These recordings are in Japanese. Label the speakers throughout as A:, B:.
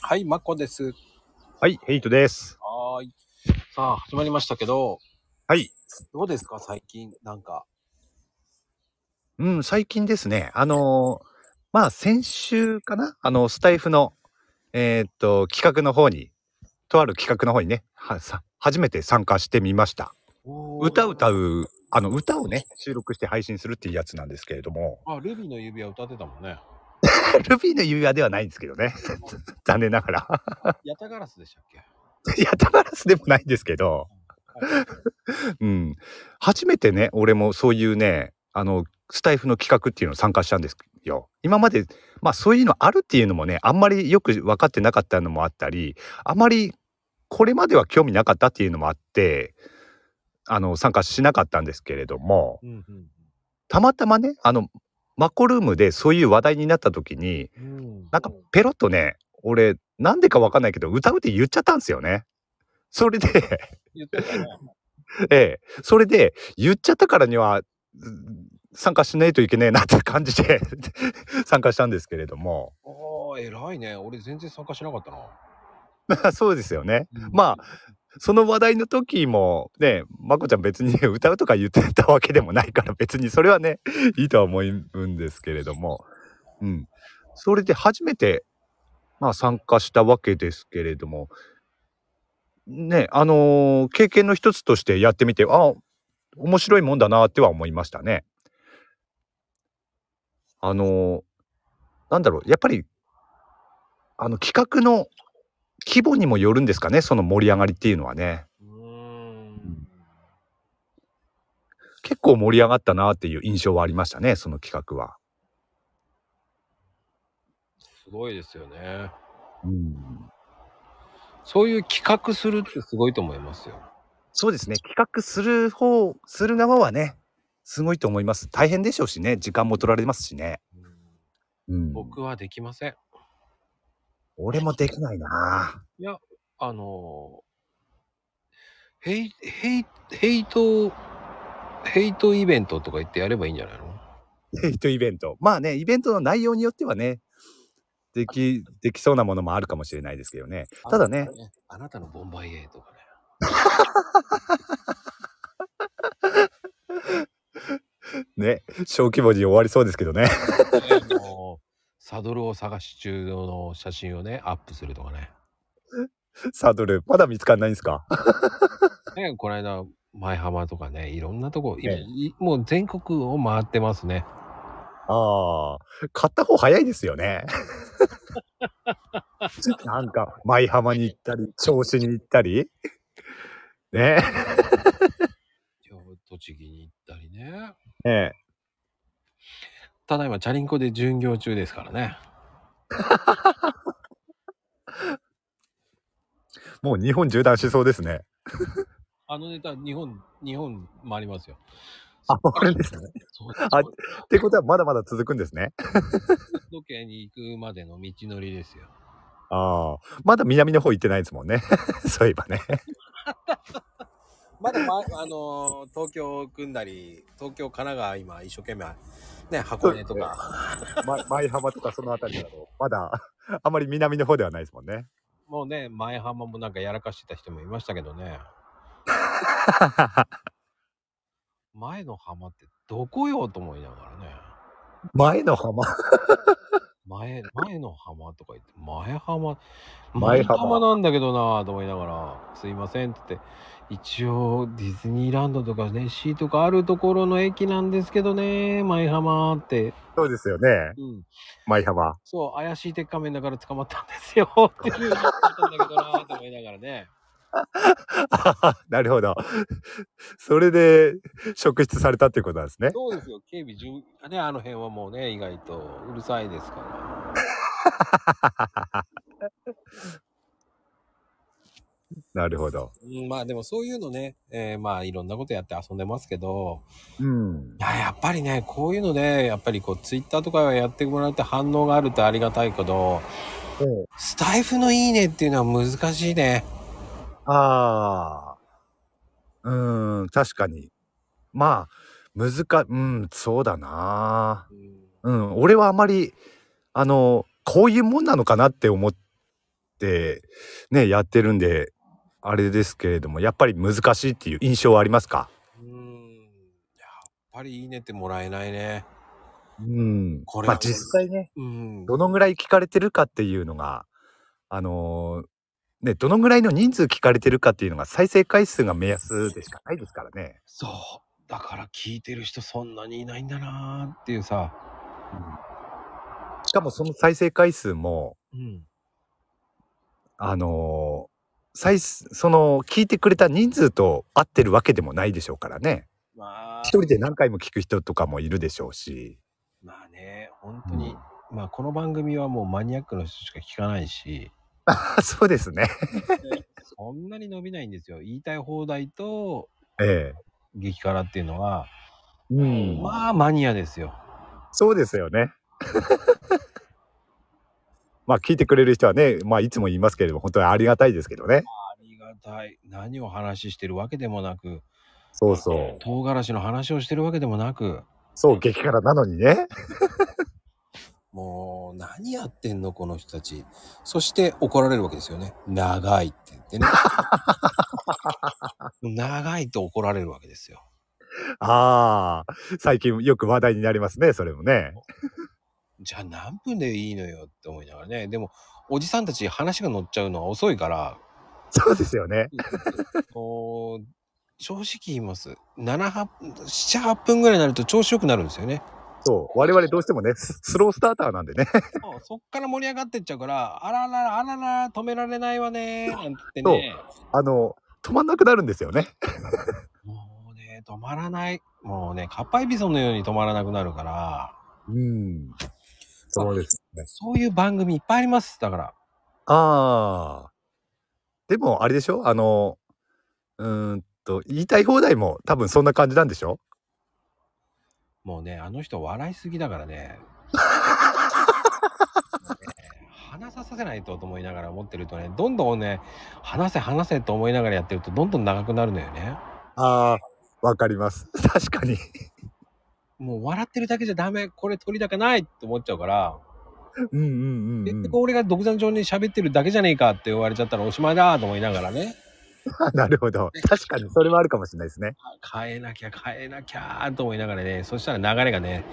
A: はい、まこです。
B: はい、ヘイトです。
A: はーい。さあ、始まりましたけど、
B: はい。
A: どうですか、最近、なんか。
B: うん、最近ですね、あのーまあ、先週かなあの、スタイフの、えーっと、企画の方に、とある企画の方にね、はさ初めて参加してみました。歌歌
A: う。
B: う、あの、歌をね、収録して配信するっていうやつなんですけれども、
A: あ、ルビーの指輪歌ってたもんね。
B: ルビーの指輪ではないんですけどね。 残念ながら。
A: ヤタガラスでしたっけ
B: いや、たガラスでもないんですけど、
A: はい
B: うん。初めてね、俺もそういうね、あの、スタイフの企画っていうのを参加したんですよ。今まで、まあそういうのあるっていうのもね、あんまりよく分かってなかったのもあったり、あまりこれまでは興味なかったっていうのもあって、あの、参加しなかったんですけれども、
A: うんうん
B: たまたまね、あの、マコルームでそういう話題になった時に、
A: うん。
B: なんかペロッとね、俺、なんでか分かんないけど、歌うって言っちゃったんですよね。それで、
A: 言ってたね。
B: ええ、それで言っちゃったからにはうん参加しないといけねえなって感じで参加したんですけれども
A: ああ、偉いね。俺全然参加しなかったな。
B: そうですよね
A: あ、
B: まその話題の時もねまこちゃん別に歌うとか言ってたわけでもないから別にそれはね いいとは思うんですけれども、うん、それで初めて、まあ、参加したわけですけれどもねあのー経験の一つとしてやってみてあ面白いもんだなっては思いましたね。あのーなんだろうやっぱりあの企画の規模にもよるんですかねその盛り上がりっていうのはね
A: うーん
B: ん。結構盛り上がったなっていう印象はありましたねその企画は。
A: すごいですよね。
B: うん、
A: そういう企画するってすごいと思いますよ。
B: そうですね企画する方する側はねすごいと思います大変でしょうしね時間も取られますしね。
A: うん
B: うん、
A: 僕はできません。
B: 俺もできないな
A: あのーヘイ、ヘイ、ヘイト、ヘイトイベントとか言ってやればいいんじゃないの
B: ヘイトイベントまあねイベントの内容によってはねできできそうなものもあるかもしれないですけどねただね。
A: あなたのボンバイエーとかね。
B: ね小規模に終わりそうですけどね
A: あのーサドルを探し中の写真をね、アップするとかね。
B: サドルまだ見つかんないんですか
A: ね、この間、舞浜とかね、いろんなとこ、今
B: ええ
A: いもう全国を回ってますね。
B: ああ買った方早いですよ ねなんか舞浜に行ったり銚子に行ったりね
A: 栃木に行ったりね。
B: ええ
A: ただいま、チャリンコで巡業中ですからね。
B: もう日本縦断しそうですね
A: あのネタ、日本、日本回りますよ。
B: あ回るんですね
A: そう
B: あってことはまだまだ続くんですね
A: 時計に行くまでの道のりですよ。
B: ああまだ南の方行ってないですもんね そういえばね
A: まだ、ま、 あのー東京組んだり、東京、神奈川、今、一生懸命、ね、箱根とか、
B: ま、舞浜とかそのあたりだと、まだ、あまり南の方ではないですもんね。
A: もうね、前浜もなんかやらかしてた人もいましたけどね、前の浜ってどこよと思いながらね、
B: 前の浜
A: 前、前の浜とか言って、前浜、前
B: 前浜
A: 浜なんだけどなぁと思いながら、すいませんって言って、一応ディズニーランドとかね、シーとかあるところの駅なんですけどね、前浜って、
B: そうですよね。
A: うん、
B: 舞浜。
A: そう、怪しい鉄仮面だから捕まったんですよ。っていうのがあったんだけどなぁと思いながらね。
B: なるほど。それで、職質されたっていうことなんです ね。
A: そうですよ、警備重、あね、あの辺はもうね、意外とうるさいですから。
B: なるほど。
A: うん、まあでもそういうのね、えーまあいろんなことやって遊んでますけど、
B: うん
A: い。ややっぱりね、こういうので、やっぱりこう、ツイッターとかやってもらって反応があるとありがたいけど、スタイフのいいねっていうのは難しいね。
B: ああ。うん、確かに。まあ、難か、うん、そうだな。
A: うん
B: うん、俺はあまり、あの、こういうもんなのかなって思っってねやってるんであれですけれどもやっぱり難しいっていう印象はありますか
A: うーん。やっぱりいいねってもらえないね。
B: うん
A: これ
B: ま
A: は
B: あ実際ね
A: うん。
B: どのぐらい聞かれてるかっていうのがあのーねどのぐらいの人数聞かれてるかっていうのが再生回数が目安でしかないですからね。
A: そう。だから聞いてる人そんなにいないんだなーっていうさ。
B: しかもその再生回数も
A: うん。
B: あのー再生その聞いてくれた人数と合ってるわけでもないでしょうからね
A: まあ
B: 一、人で何回も聞く人とかもいるでしょうし、
A: まあね、本当に、まあこの番組はもうマニアックの人しか聞かない し、
B: あそうですね
A: そんなに伸びないんですよ。言いたい放題と
B: ええ
A: 激辛っていうのは、
B: うん
A: まあマニアですよ。
B: そうですよね まあ聞いてくれる人はね、まあ、いつも言いますけれども本当にありがたいですけどね
A: ありがたい。何を話してるわけでもなく、
B: そうそう
A: 唐辛子の話をしてるわけでもなく、
B: そう激辛なのにね
A: もう何やってんのこの人たち。そして怒られるわけですよね。長いって言って ね。長いと怒られるわけですよ。
B: ああ最近よく話題になりますねそれもね
A: じゃあ何分でいいのよって思いながらね。でも、おじさんたち話が乗っちゃうのは遅い から、
B: そうですよね
A: こう正直言います。7、8 7、8分ぐらいになると調子よくなるんですよね。
B: そう我々どうしてもねススロースターターなんでね
A: そうそっから盛り上がってっちゃうから、あららら、あらら、止められないわねー、なんて言ってね。
B: あの止まんなくなるんですよね
A: もうね、止まらない。もうね、カッパエビソンのように止まらなくなるから、
B: うん。そうですね。
A: そういう番組いっぱいあります。だから。
B: ああ。でも、あれでしょあの、うーんと、言いたい放題も多分そんな感じなんでしょ
A: もうね、あの人笑いすぎだからね。もうね話させないとと思いながら思ってるとね、どんどんね、話せ話せと思いながらやってるとどんどん長くなるのよね。
B: ああ、わかります。 確かに。
A: もう笑ってるだけじゃダメ、これ取り高ないって思っちゃうから、
B: うんうんうん、
A: 結
B: うん
A: 局。俺が独断上に喋ってるだけじゃねえかって言われちゃったらおしまいだと思いながらね、
B: なるほど。確かに、それはあるかもしれないですね。
A: 変えなきゃ変えなきゃと思いながらね、そしたら流れがね、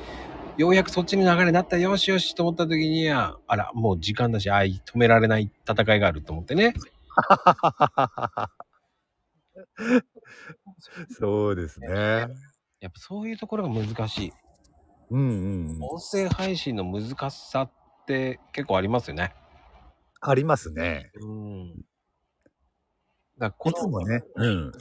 A: ようやくそっちに流れになったよしよしと思った時にあら、もう時間だし、ああ、止められない戦いがあると思ってね。
B: そうですね。
A: やっぱそういうところが難しい。
B: うんうんうん。
A: 音声配信の難しさって結構ありますよね。
B: ありますね。
A: うん。だからこ
B: い
A: の
B: つもね。うん。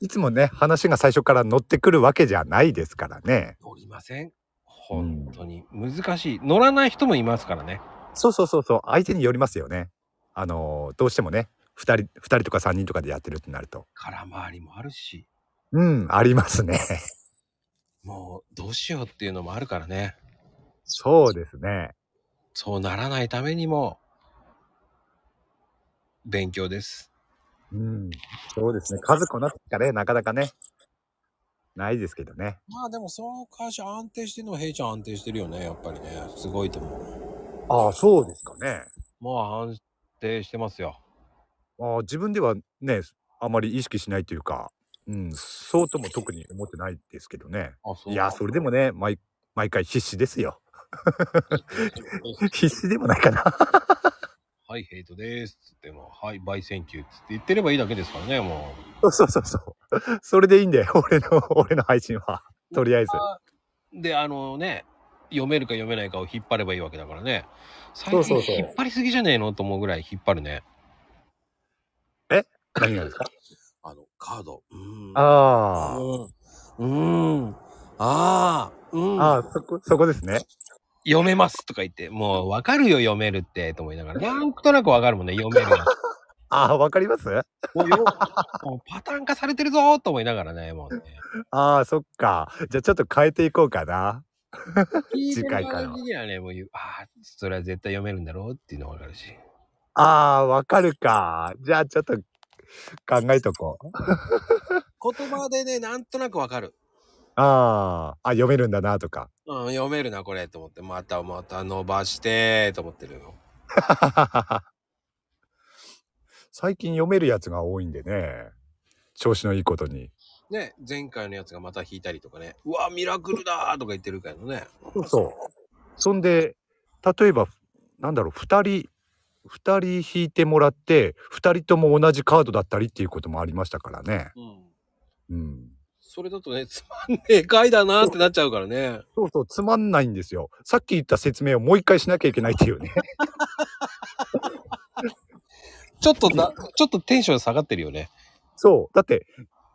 B: いつもね、話が最初から乗ってくるわけじゃないですからね。
A: 乗りません。本当に難しい。乗らない人もいますからね。
B: そうそうそうそう相手によりますよね。あのーどうしてもね2人二人とか3人とかでやってるってなると。
A: 空回りもあるし、
B: うんあります ね。
A: もうどうしようっていうのもあるからね。
B: そうですね。
A: そうならないためにも、勉強です。
B: うんそうですね数こなすしかねなかなかねないですけどね。
A: まあでもその会社安定してるのは平ちゃん安定してるよね、やっぱりね。すごいと思う。
B: ああそうですかね。
A: もう安定してますよ。
B: ああ自分ではねあまり意識しないというか、うん、そうとも特に思ってないですけどね。
A: あ、そ
B: いやそれでもね毎毎回必死ですよ。 必死でもないかな。
A: はい、ヘイトです。つっても、はい、バイセンキュー。つって言ってればいいだけですからね、も
B: そうそうそうそう。それでいいんだよ、俺の、 俺の配信は。とりあえず。
A: う。で、あのね、読めるか読めないかを引っ張ればいいわけだからね。最
B: そう
A: 近
B: そうそう
A: 引っ張りすぎじゃねえのと思うぐらい引っ張るね。
B: 何がで すか
A: あの、カード。うーん。
B: あ
A: うん。うーん。ああ。う
B: あ。
A: ん。
B: ああ、そこ、そこですね。
A: 読めますとか言って、もうわかるよ、読めるって、と思いながら。なんとなくわかるもんね、読めるやつ。
B: ああ、わかります
A: もう よもうパターン化されてるぞと思いながらね、もうね。
B: ああ、そっか。じゃあちょっと変えていこうかな。
A: 次
B: 次回から
A: にはね、もう言う、ああ、それは絶対読めるんだろうっていうのがわかるし。
B: ああ、わかるか。じゃあちょっと考えとこう。
A: 言葉でね、なんとなくわかる。
B: ああ、あ、読めるんだなとか。
A: うん、読めるな、これ、と思って。またまた伸ばして、と思ってるよ。
B: 最近読めるやつが多いんでね調子のいいことに
A: ね、前回のやつがまた弾いたりとかね、うわ、ミラクルだーとか言ってるからね。
B: そうそうそんで例えばなんだろう2人2人引いてもらって2人とも同じカードだったりっていうこともありましたからね
A: うん。
B: うん
A: それだとね、つまんねえ回だなーってなっちゃうからね。
B: そうそうつまんないんですよさっき言った説明をもう一回しなきゃいけないっていうね
A: ちょっとな、ちょっとテンション下がってるよね。
B: そうだって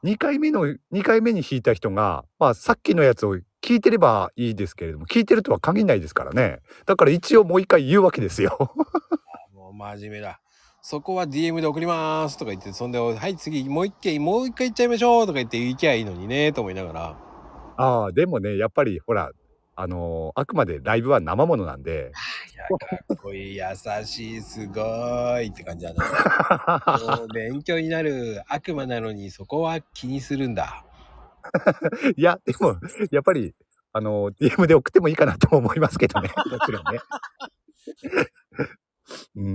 B: 2回目の2回目に引いた人がまあさっきのやつを聞いてればいいですけれども聞いてるとは限らないですからねだから一応もう一回言うわけですよ
A: もう真面目だ。そこは DM で送りますとか言って、そんで、はい、次、もう一回、もう一回行っちゃいましょうとか言って、行きゃいいのにね、と思いながら。
B: ああでもねやっぱりほらあのーあくまでライブは生ものなんで
A: い や、かっこいい、優しい、すごーいって感じだね。もう勉強になる悪魔なのに、そこは気にするんだ。
B: いやでもやっぱりあのー DM で送ってもいいかなとも思いますけどね もちろんねう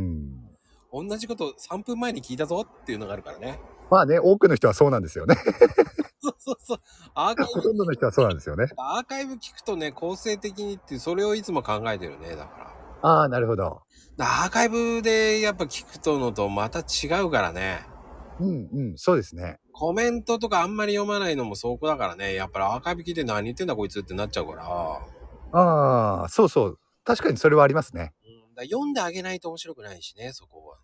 B: ん
A: 同じこと3分前に聞いたぞっていうのがあるからね。
B: まあね多くの人はそうなんですよね
A: そうそう そう。アーカイ
B: ほ
A: ブ、
B: とんどの人はそうなんですよね
A: アーカイブ聞くとね、構成的にって、それをいつも考えてるね、だから。
B: ああなるほど
A: アーカイブでやっぱ聞くとのとまた違うからね。
B: うんうんそうですね
A: コメントとかあんまり読まないのもそこだからね。やっぱりアーカイブ聞いて何言ってんだこいつってなっちゃうから。
B: ああ、そうそう。確かにそれはありますね。
A: うん、だから読んであげないと面白くないしね、そこは。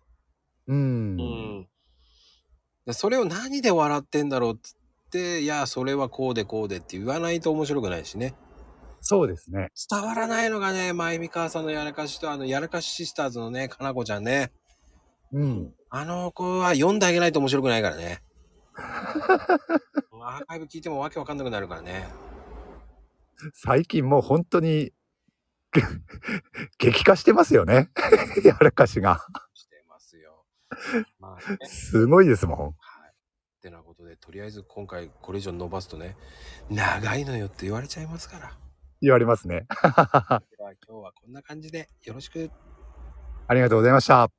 B: う。
A: うんん。だそれを何で笑ってんだろうっつって、いや、それはこうでこうでって言わないと面白くないしね。
B: そうですね。
A: 伝わらないのがね、まゆみかわさんのやらかしと、あの、やらかしシスターズのね、かなこちゃんね。
B: うん。
A: あの子は読んであげないと面白くないからね。 アーカイブ聞いてもわけわかんなくなるからね。
B: 最近もう本当に激化してますよね。 やらかしが。
A: してますよ。まあね。
B: すごいですも
A: はい。ってなことで、とりあえず今回これ以上伸ばすとね、長いのよって言われちゃいますから。
B: ん。言われますね。
A: では今日はこんな感じでよろしく。
B: ありがとうございました。